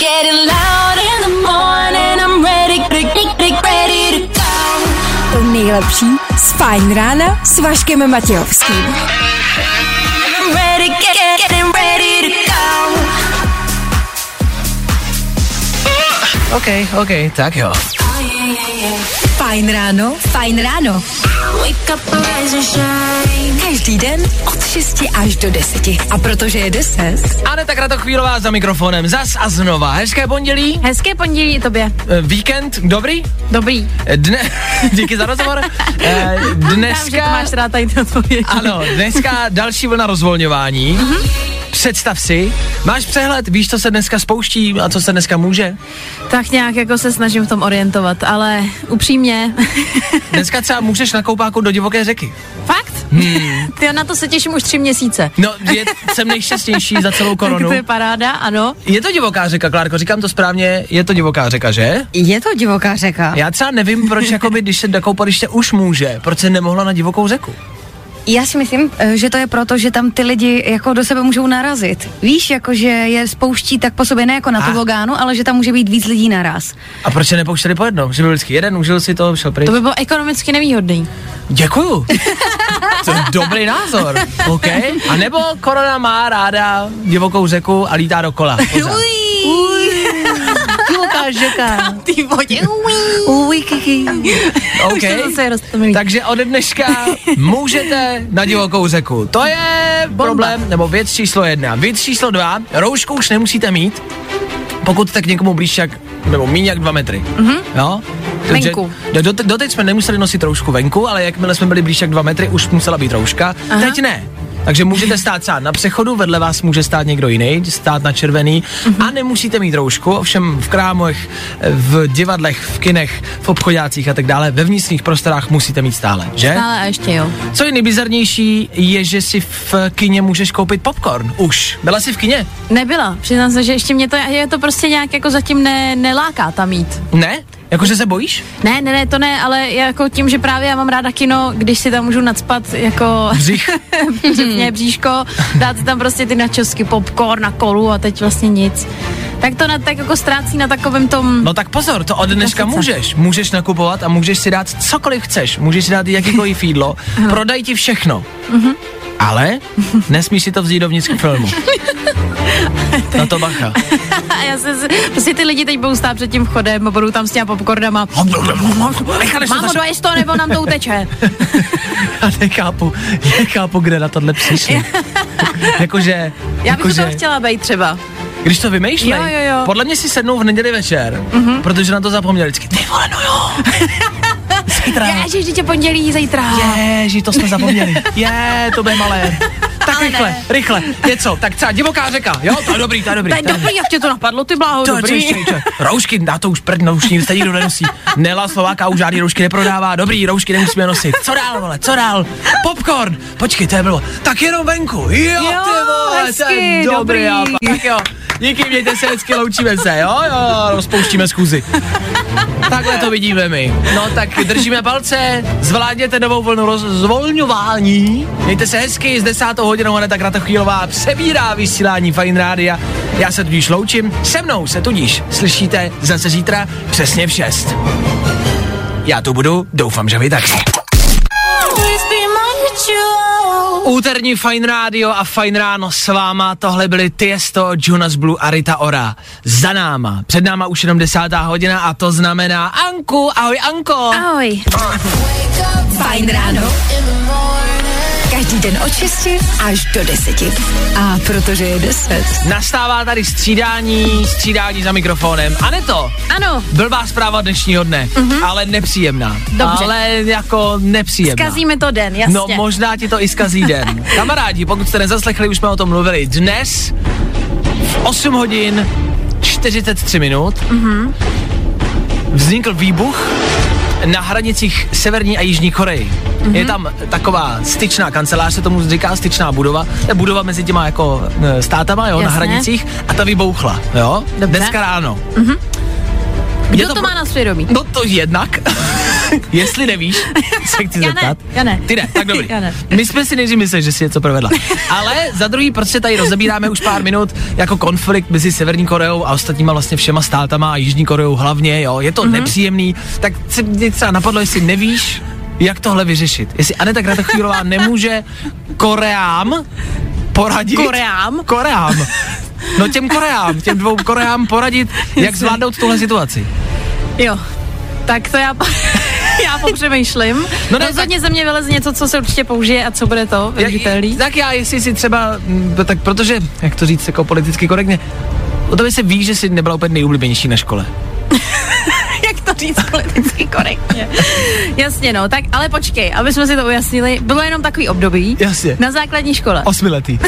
Getting loud in the morning, I'm ready, ready, ready to go. To nejlepší z Fajn rána s Vaškem Matějovským. I'm ready, get, get- getting ready to go. OK, OK, tak jo. Oh, Fajn ráno, Fajn ráno. Wake up, rise and shine. Každý den od 6 až do 10. A protože je 10, Aneta Kratochvílová za mikrofonem, zas a znova. Hezké pondělí, Hezké pondělí i tobě. eh, víkend, dobrý? Eh, Dobrý. Dne, díky za rozhovor. Eh, Dám, že to Dneska, máš rád tady ty odpovědi. ano, dneska další vlna rozvolňování. Představ si, máš přehled, víš, co se dneska spouští a co se dneska může? Tak nějak jako se snažím v tom orientovat, ale upřímně, Dneska třeba můžeš na koupáku do divoké řeky. fakt? Hmm. Ty jo, na to se těším už tři měsíce. No, je, jsem nejšťastnější za celou koronu. Tak to je paráda, ano. Je to divoká řeka, Klárko, říkám to správně, je to divoká řeka, že? je to divoká řeka. Já třeba nevím, proč jakoby, když se do koupaliště už může, proč se nemohla na divokou řeku. Já si myslím, eh, že to je proto, že tam ty lidi jako do sebe můžou narazit. Víš, jako že je spouští tak po sobě, ne jako na A. tobogánu, ale že tam může být víc lidí naraz. A proč se nepouštěli po jednom? Že byl vždycky jeden, užil si to, šel pryč. To by bylo ekonomicky nevýhodný. Děkuju. To je dobrý názor. OK. A nebo korona má ráda divokou řeku a lítá dokola. pořád. Divoká žeka. Ty vodě. Uj, kiki. OK. Už to zase je roztomilý. Takže ode dneška můžete na divokou řeku. To je problém, nebo věc číslo jedna. Věc číslo dva, roušku už nemusíte mít, pokud jste k někomu blíž jak, nebo míň jak dva metry. Mm-hmm. Jo? Takže Mhm. Venku. do- do- Doteď jsme nemuseli nosit roušku venku, ale jakmile jsme byli blíž jak dva metry, už musela být rouška. Aha. Teď ne. Takže můžete stát sám na přechodu, vedle vás může stát někdo jiný, stát na červený mm-hmm. a nemusíte mít roušku, ovšem v krámech, v divadlech, v kinech, v obchodácích a tak dále, ve vnitřních prostorách musíte mít stále, že? No, Ale a ještě jo. Co je nejbizarnější, je, že si v kině můžeš koupit popcorn. Už. Byla jsi v kině? Nebyla. Přiznám se, že ještě mě to, je to prostě nějak jako zatím ne, neláká tam jít. Ne? Jakože se bojíš? Ne, ne, ne, to ne, ale jako tím, že právě já mám ráda kino, když si tam můžu nadspat jako Břich. přesně Hmm. bříško, dát si tam prostě ty načosky, popcorn na kolu a teď vlastně nic. Tak to na, tak jako ztrácí na takovém tom... No tak pozor, to od dneška sice. můžeš. Můžeš nakupovat a můžeš si dát cokoliv chceš. Můžeš si dát jakýkoliv jídlo. Prodají ti všechno. Mhm. Ale nesmíš si to vzít dovnitř k filmu. Na to bacha. A já se, prostě ty lidi teď budou stát před tím vchodem a budou tam s těma popcornama. Necháš to Mámo, zašel- doješ to, nebo nám to uteče. Já nechápu, nechápu, kde na tohle přišli. jakože, Já bych jakože... to chtěla být třeba. Když to vymýšlej, Jo, jo, Mhm. jo. podle mě si sednou v neděli večer, mm-hmm. protože na to zapomněli vždycky. Ty vole, no jo. Zítra. Ježiš, dítě pondělí, zítra. Ježi, to jsme zapomněli. Je, to bude malé. Tak Ale rychle, ne. rychle, něco. Tak třeba divoká řeka, jo, to je dobrý, to je dobrý. Tak dobrý, jak tě to napadlo, ty bláho, To je dobrý. dobrý. Roušky, dá to už prd, no už nic teď nikdo nenosí. Nela Slováka už žádný roušky neprodává, dobrý, roušky nemusíme nosit. Co dál, vole, co dál? Popcorn, počkej, to je bylo. Tak jenom venku, jo, Jo, ty vole, to je hezky, dobrý. dobrý. já pa- Tak jo, díky, mějte se hezky, loučíme se, jo, jo, rozpouštíme schůzi. Takhle to vidíme my. No tak držíme palce, zvládněte novou vlnu roz- zvolňování. Mějte se hezky, s 10. hodinou Aneta Kratochvílová přebírá vysílání Fine Rádia. Já se tudíž loučím, se mnou se tudíž slyšíte zase zítra přesně v 6. Já tu budu, doufám, že vy taky. Please be my ritual. Úterní Fine Radio a Fine Ráno s váma, tohle byly Tiesto, Jonas Blue a Rita Ora. Za náma, před náma už jenom desátá hodina a to znamená Anku, ahoj Anko. Ahoj. No. Fajn ráno. Každý den od 6 až do 10. A protože je 10, Nastává tady střídání, střídání za mikrofonem. A ne to, Ano, blbá zpráva dnešního dne, mm-hmm. ale nepříjemná. Mhm. Dobře. Ale jako nepříjemná. zkazíme to den, jasně. No možná ti to i zkazí den. Kamarádi, pokud jste nezaslechli, už jsme o tom mluvili dnes. v 8 hodin 43 minut mm-hmm. Mhm. vznikl výbuch na hranicích Severní a Jižní Koreji. Mhm. Mm-hmm. Je tam taková styčná kancelář, se tomu říká styčná budova. To je budova mezi těma jako eh, státama, jo, na Jasné. hranicích a ta vybouchla, jo, Dobře. dneska ráno. Kdo to, má na svědomí? No to jednak. Jestli nevíš, se chci Já ne, zeptat. já ne. Ty ne, tak dobrý. Já ne. My jsme si nejdřív mysleli, že si něco provedla. Ale za druhý, proč se tady rozebíráme už pár minut jako konflikt mezi Severní Koreou a ostatníma vlastně všema státama a Jižní Koreou hlavně, jo. Je Mhm. to mm-hmm. nepříjemný, tak se mě třeba napadlo, jestli nevíš, jak tohle vyřešit. Jestli Aneta Kratochvílová nemůže Koreám poradit. Koreám? Koreám. No těm Koreám, těm dvou Koreám poradit, jak zvládnout tuhle situaci. Jo, tak to já, já popřemýšlím. No No ne, Rozhodně ze mě vyleze něco, co se určitě použije a co bude to viditelný. Tak já, jestli si třeba, mm, no tak protože, jak to říct jako politicky korektně, o tobě se ví, že jsi nebyla úplně nejoblíbenější na škole. Jak to říct politicky korektně? Jasně no, tak ale počkej, aby jsme si to ujasnili, bylo jenom takový období. Jasně. Na základní škole. Osmiletý.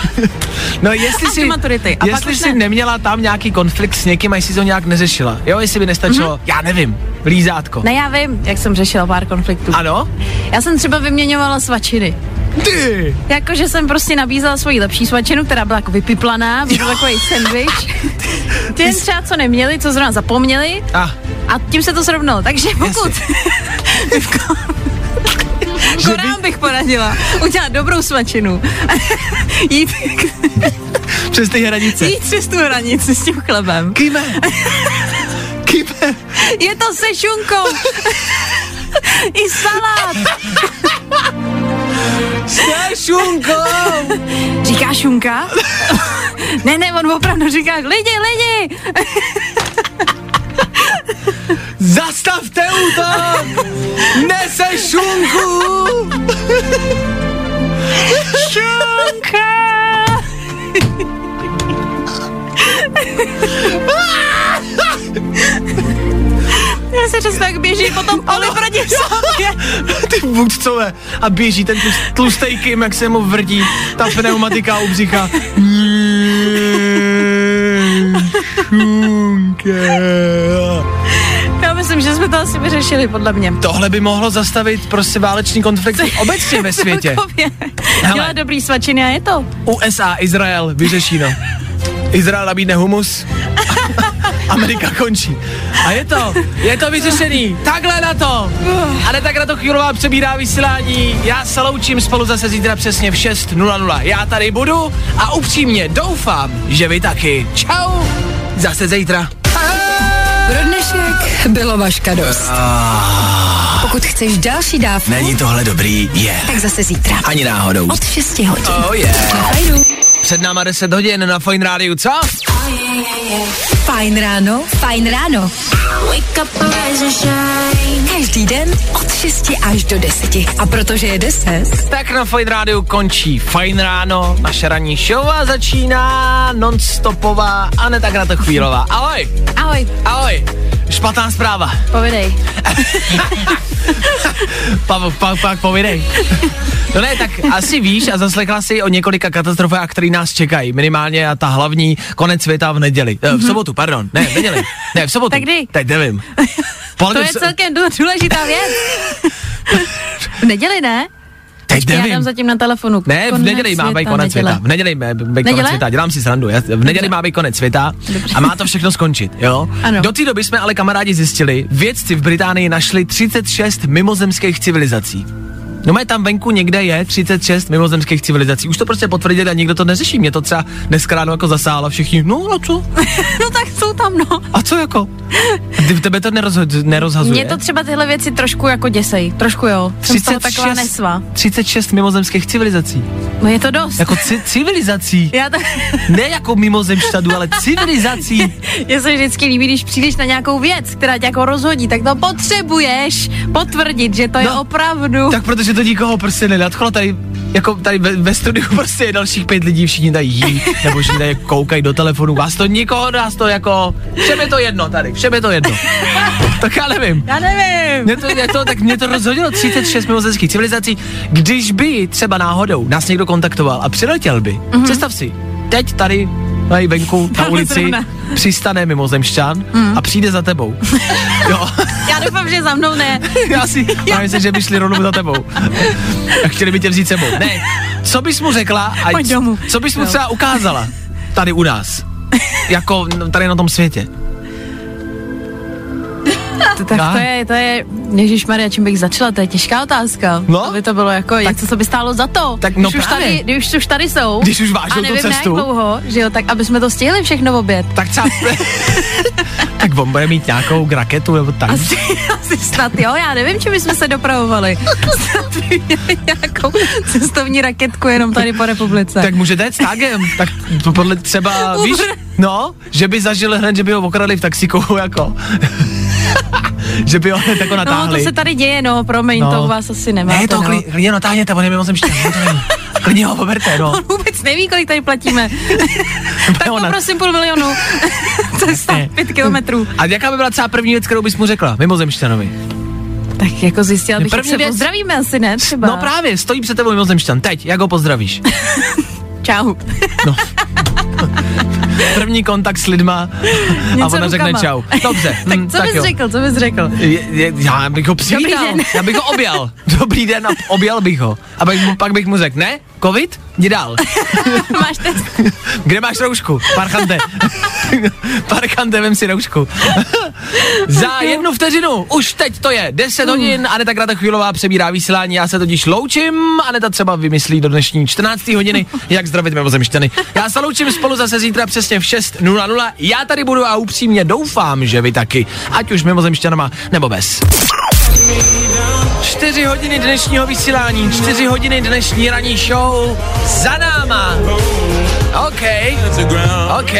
no jestli Až si, do maturity. A pak jestli už jsi ne. neměla tam nějaký konflikt s někým a jestli jsi to nějak neřešila. Jo, jestli by nestačilo, mm-hmm. já nevím, lízátko. Mhm. Ne, já vím, jak jsem řešila pár konfliktů. Ano? Já jsem třeba vyměňovala svačiny. Ty! Jakože jsem prostě nabízela svoji lepší svačinu, která byla jako vypiplaná, byl takový sandwich. Těm třeba co neměli, co zrovna zapomněli A, a tím se to srovnalo. Takže pokud že by, Korám bych poradila udělat dobrou svačinu. jít, přes ty hranice. jít přes tu hranici s tím chlebem. Kýme! Kýme! Je to se šunkou. I salát. Se šunkou! Říká šunka? ne, ne, on opravdu říká, lidi, lidi. Zastavte útok! Nese šunku! Šunka. Já se přesně tak běží potom poli proti sobě. Ty vůdcové. A běží ten tlus- tlustej Kim, jak se mu vrdí ta pneumatika u břicha. Já myslím, že jsme to asi vyřešili, podle mě. Tohle by mohlo zastavit prostě válečný konflikt obecně ve světě. Celkově. Hele. Dělá dobrý svačiny a je to. USA, Izrael, vyřešeno. Izrael nabídne humus, Amerika končí. A je to, je to vyřešený. Takhle na to. A ne tak na to chvílová přebírá vysílání. Já se loučím spolu zase zítra přesně v 6.00. Já tady budu a upřímně doufám, že vy taky. Čau. Zase zítra. Pro dnešek bylo vaška dost. Pokud chceš další dávku, Není tohle dobrý? Je. tak zase zítra. Ani náhodou. Od 6 hodin. Oh yeah. Na Fajnu. Před náma 10 hodin na Fine Rádiu, co? Fajn ráno, fajn ráno. Wake up, rise and shine. Každý den od 6 až do 10. A protože je 10, Tak na Fine Rádiu končí Fine Ráno, naše ranní show a začíná nonstopová a ne tak na to chvílová. Ahoj! Ahoj, Ahoj, špatná zpráva. povidej. Pa, pa, pa, povidej. No ne, tak asi víš a zaslechla si o několika katastrofách, které nás čekají. Minimálně a ta hlavní konec světa v neděli. Eh, V sobotu, pardon. Ne, v neděli. Ne, v sobotu. Mhm. Tak kdy? Teď nevím. To Podle je celkem dů- důležitá věc. V neděli ne? Teď Já dám nevím. zatím na telefonu. Ne, v Konec neděli má být konec neděle. světa. V neděli má být konec Neděle? světa. Dělám si srandu. já- V neděli má být konec světa a má to všechno skončit, jo? Ano. Do té doby jsme ale kamarádi zjistili, vědci v Británii našli 36 mimozemských civilizací. No mají tam venku někde je 36 mimozemských civilizací. Už to prostě potvrdili a nikdo to neřeší. Mě to třeba dneska ráno jako zasálo všichni. No a co? No tak jsou tam, no. A co jako? Ty, tebe to nerozho- nerozhazuje? Mě to třeba tyhle věci trošku jako děsej. Trošku jo. Jsem z toho taková nesva. 36 mimozemských civilizací. No je to dost. Jako ci- civilizací. Já to, Ne jako mimozemšťadu, ale civilizací. je se vždycky líbí, když přijdeš na nějakou věc, která tě jako rozhodí, tak to potřebuješ potvrdit, že to je No, opravdu. Tak protože to nikoho prostě nenadchlo, tady jako tady ve, ve studiu prostě je dalších pět lidí, všichni tady jí, nebo všichni tady koukají do telefonu, vás to nikoho, nás to jako, všem je to jedno tady, všem je to jedno. tak já nevím. Já nevím. Mě to, mě to, tak mě to rozhodilo 36 mimozemských civilizací. Když by třeba náhodou nás někdo kontaktoval a přiletěl by, mm-hmm. představ si, teď tady tady venku na Mhm. Tady ulici zrovna. Mhm. přistane mimozemšťan mm. a přijde za tebou. jo. Já doufám, že za mnou ne. Já si, já myslím, že by šli rovnou za tebou. A chtěli by tě vzít sebou. Ne, co bys mu řekla a Pojď c- domů. co bys mu No. třeba ukázala tady u nás? Jako n- tady na tom světě. tak Aha. to je, to je, Ježíš Maria, čím bych začala, to je těžká otázka. No. Aby to bylo jako tak, něco, co by stálo za to. tak když no už právě. tady, když už tady jsou. Když už vážou a tu nevím, cestu. jak dlouho, že jo, tak aby jsme to stihli všechno v oběd. Tak třeba... tak on bude mít nějakou graketu nebo tak. Asi, asi snad, jo, já nevím, čím bychom se dopravovali. Snad by měli nějakou cestovní raketku jenom tady po republice. Tak můžete jet s tágem, tak to podle třeba, víš, no, že by zažil hned, že by ho okradli v taxiku, jako. že by ho hned jako no, to natáhli. se tady děje, no, promiň, No. to u vás asi nemá. ne, to no. kli, klidně natáhněte, on je mi moc šťastný, to není. Klidně ho poberte, no. On vůbec neví, kolik tady platíme. tak prostě- Jo, to na- prosím půl milionu. Cesta Jasně. pět kilometrů. A jaká by byla třeba první věc, kterou bys mu řekla, mimozemšťanovi? Tak jako zjistila bych, jak První se věc- pozdravíme asi, ne? Třeba. No právě, stojí před tebou mimozemšťan, teď, jak ho pozdravíš? Čau. No. První kontakt s lidma a Něco ona řekne rukama. čau. Dobře, tak hm, co bys jo. řekl, co bys řekl? Je, je, já bych ho přivítal, den. já bych ho objal. Dobrý den, a objal bych ho. A pak, mu- pak bych mu řekl, ne, covid, jdi dál. Máš test? Kde máš roušku? Parchante. Parchante, vem si roušku. Za jednu vteřinu, už teď to je, 10 hodin, Aneta Krata Chvílová přebírá vysílání, já se totiž loučím, Aneta třeba vymyslí do dnešní 14. hodiny, jak zdravit mimozemšťany. Já se loučím spolu zase zítra přesně v 6.00, já tady budu a upřímně doufám, že vy taky, ať už mimozemšťanama nebo bez. 4 hodiny dnešního vysílání, 4 hodiny dnešní ranní show za náma. OK, OK.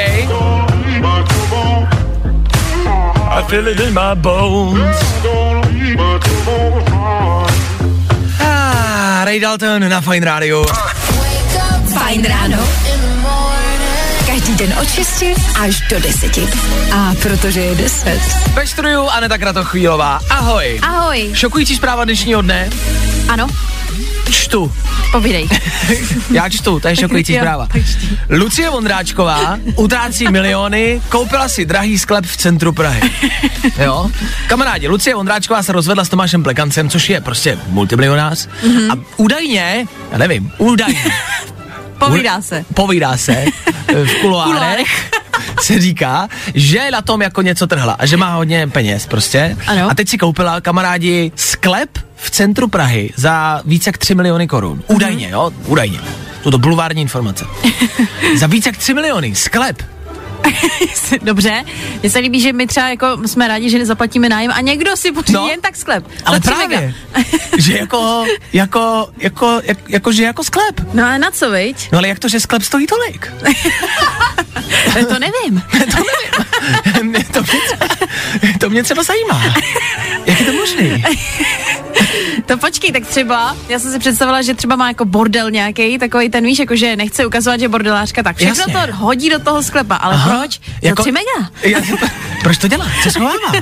Ah, Ray Dalton na Fine Radio. Fajn ráno. Každý den od 6 až do 10. A protože je 10. Ve studiu Aneta Kratochvílová. Ahoj. Ahoj. Šokující zpráva dnešního dne. Ano, Čtu. povídej. Já čtu, to je šokující jo, zpráva. tak čti. Lucie Vondráčková utrácí miliony, koupila si drahý sklep v centru Prahy. Jo? Kamarádi, Lucie Vondráčková se rozvedla s Tomášem Plekancem, což je prostě multimilionář. Mhm. Mm-hmm. A údajně, já nevím, údajně. Povídá se. Povídá se eh, v kuloárech. kuloárech. se říká, že na tom jako něco trhla a že má hodně peněz prostě. Ano. A teď si koupila kamarádi sklep v centru Prahy za více jak 3 miliony korun. Mhm. Údajně, jo? Údajně. Jsou to bulvární informace. za více jak 3 miliony. Sklep. Dobře, mně se líbí, že my třeba jako jsme rádi, že nezaplatíme nájem a někdo si pořídí No. no, jen tak sklep. Ale Za tři právě, mega. že jako, jako, jako, jak, jako, že jako sklep. No a na co, viď? No ale jak to, že sklep stojí tolik? To nevím. Mě to, mě třeba, to mě třeba zajímá. Jak je to možný? To počkej, tak třeba, já jsem si představila, že třeba má jako bordel nějaký, takový ten víš, jako že nechce ukazovat, že je bordelářka, tak všechno Jasně. to hodí do toho sklepa, ale proč? Jako... tři mega. Já, proč to dělá? Co schovává?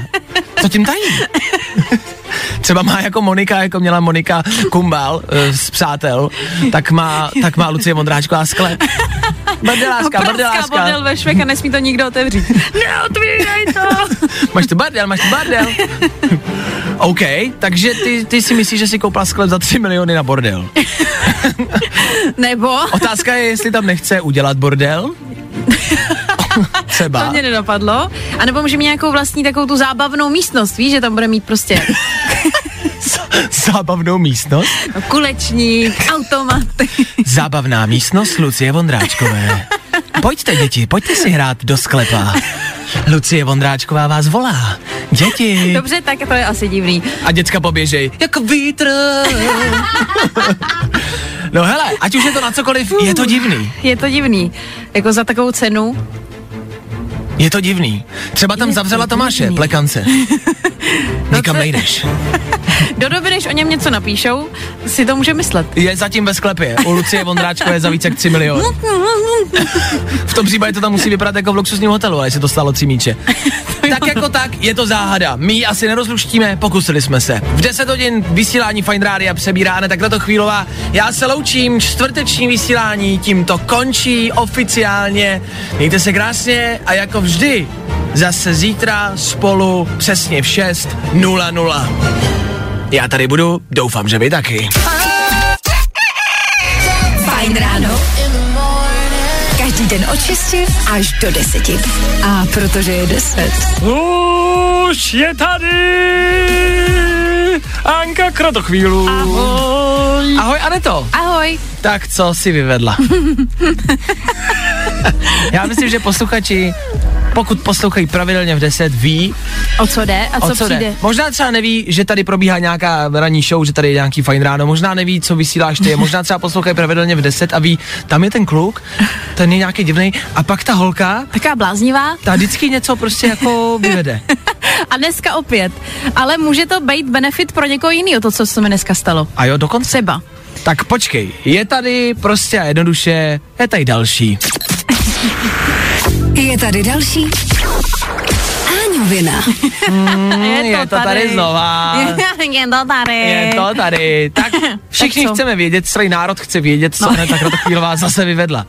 Co tím tají? Třeba má jako Monika, jako měla Monika Kumbal eh, z Přátel, tak má, tak má Lucie Mondráčková sklep. Bardeláska, Praská bardeláska. bordel ve švech a nesmí to nikdo otevřít. Neotvírej to! Máš tu bardel, máš tu bardel. OK, takže ty, ty si myslíš, že si koupila sklep za 3 miliony na bordel. Nebo, Otázka je, jestli tam nechce udělat bordel. Třeba. to mě nenapadlo, a nebo může mít nějakou vlastní takovou tu zábavnou místnost, víš, že tam bude mít prostě Zábavnou místnost. kulečník, automaty. Zábavná místnost Lucie Vondráčkové. Pojďte, děti, pojďte si hrát do sklepa. Lucie Vondráčková vás volá. Děti. Dobře, tak to je asi divný. A děcka poběžej. Jako vítr. No hele, ať už je to na cokoliv, je to divný. Je to divný. Jako za takovou cenu. Je to divný. Třeba tam Je to zavřela Tomáše, divný. No plekance. Nikam nejdeš. Do doby, než o něm něco napíšou, si to může myslet. Je zatím ve sklepě. U Lucie Vondráčkové za více jak 3 No miliony. V tom případě to tam musí vypadat jako v luxusním hotelu, ale jestli to stálo tři míče. tak jako tak, je to záhada. My ji asi nerozluštíme, pokusili jsme se. V 10 hodin vysílání Fine Rádia přebírá Aneta Kratochvílová. Já se loučím, čtvrteční vysílání tímto končí oficiálně. Mějte se krásně a jako vždy, zase zítra spolu přesně v 6.00. Já tady budu, doufám, že vy taky. Fajn ráno. Každý den den od 6 až do 10. A protože je 10. Už je tady Anka Kratochvílu. Ahoj. Ahoj Aneto, Ahoj. tak co si vyvedla? Já myslím, že posluchači, pokud poslouchají pravidelně v 10, ví, O co jde a co, o co přijde? jde. Možná třeba neví, že tady probíhá nějaká ranní show, že tady je nějaký fajn ráno, možná neví, co vysíláš ty, možná třeba poslouchají pravidelně v 10 a ví, tam je ten kluk, ten je nějaký divný, a pak ta holka, Taká bláznivá. ta vždycky něco prostě jako vyvede. A dneska opět. Ale může to být benefit pro někoho jiného, to, co se mi dneska stalo. A jo, dokonce. Třeba. Tak počkej, je tady prostě a jednoduše, je tady další. Je tady další Áňovina. Mm, je to tady znova. Je to tady. Je to tady. Tak všichni Tak co? chceme vědět, celý národ chce vědět, co no. Aneta Kratochvílová zase vyvedla.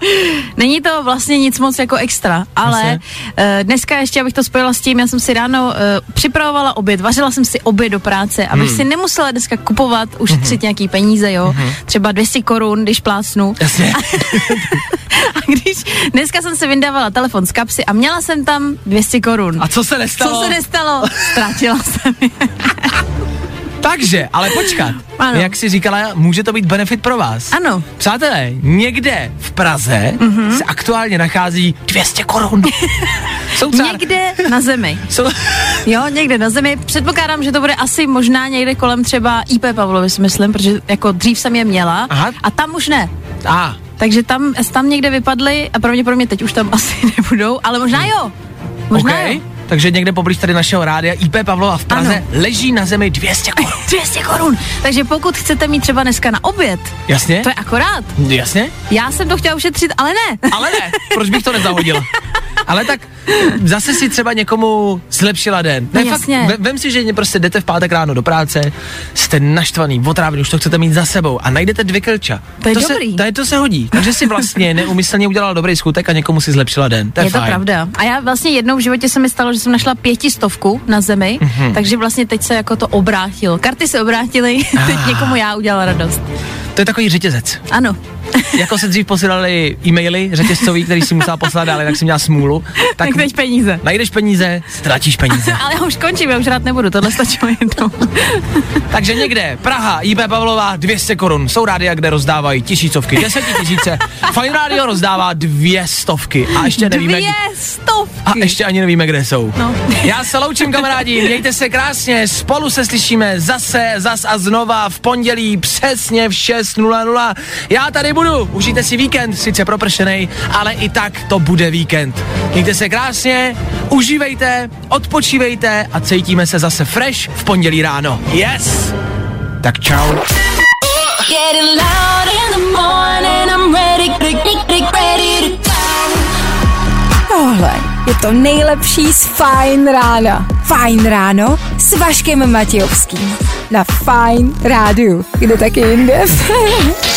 Není to vlastně nic moc jako extra, ale eh, dneska ještě, abych to spojila s tím, já jsem si ráno eh, připravovala oběd, vařila jsem si oběd do práce, abych Hmm. si nemusela dneska kupovat, Mhm. ušetřit nějaký peníze, jo, třeba 200 korun, když plácnu. Jasně. A když dneska jsem si vyndávala telefon z kapsy a měla jsem tam 200 korun. A co se nestalo? Co se nestalo? Ztratila jsem je. Takže, ale počkat. Ano. Jak jsi říkala, může to být benefit pro vás. Ano. Mhm. Přátelé, někde v Praze mm-hmm. se aktuálně nachází 200 korun. Jsou třeba... Někde na zemi. Jsou... Jo, někde na zemi. Předpokládám, že to bude asi možná někde kolem třeba IP Pavlovy, si myslím, protože jako dřív jsem je měla Aha. a tam už ne. A, Takže tam, tam někde vypadly a pravděpodobně teď už tam asi nebudou, ale možná jo. Možná okay. jo. Takže někde poblíž tady našeho rádia IP Pavlova v Praze Ano. leží na zemi 200 korun. 200 korun. Takže pokud chcete mít třeba dneska na oběd, Jasně? to je akorát. Jasně? Já jsem to chtěla ušetřit, ale ne. Ale ne, proč bych to nezahodil? Ale tak zase si třeba někomu zlepšila den. No jasně. ve- vem si, že prostě jdete v pátek ráno do práce, jste naštvaný, otrávený, už to chcete mít za sebou a najdete dvě krča. To je to dobrý. Se, to, je, to se hodí. Takže si vlastně neumyslně udělala dobrý skutek a někomu si zlepšila den. To je, je to fajn. pravda. A já vlastně jednou v životě se mi stalo, že jsem našla pětistovku na zemi, Mhm. mm-hmm. takže vlastně teď se jako to obrátilo. Karty se obrátily, teď Ah. někomu já udělala radost. To je takový řetězec. Ano. Jako se dřív posílali e-maily řetězcový, který si musela poslat, ale tak si měla smůlu. Tak, tak teď peníze. najdeš peníze, ztratíš peníze. Ale já už končím, já už rád nebudu, tohle stačilo jednou. Takže někde, Praha, IB Pavlová, 200 korun. Jsou rádia, kde rozdávají tisícovky, desetitisíce. Fine Radio rozdává dvě stovky. A ještě nevíme, Dvě stovky. a ještě ani nevíme, kde jsou. No. Já se loučím, kamarádi, mějte se krásně, spolu se slyšíme zase, zas a znova v pondělí přesně v 6.00. Já tady budu, užijte si víkend, sice propršenej, ale i tak to bude víkend. Mějte se krásně, užívejte, odpočívejte a cítíme se zase fresh v pondělí ráno. Yes! Tak čau. Getting loud in the morning, I'm ready, ready, ready, ready to go. Tohle je to nejlepší z Fajn rána. Fajn ráno s Vaškem Matějovským. Na Fajn rádiu. Kde taky jinde?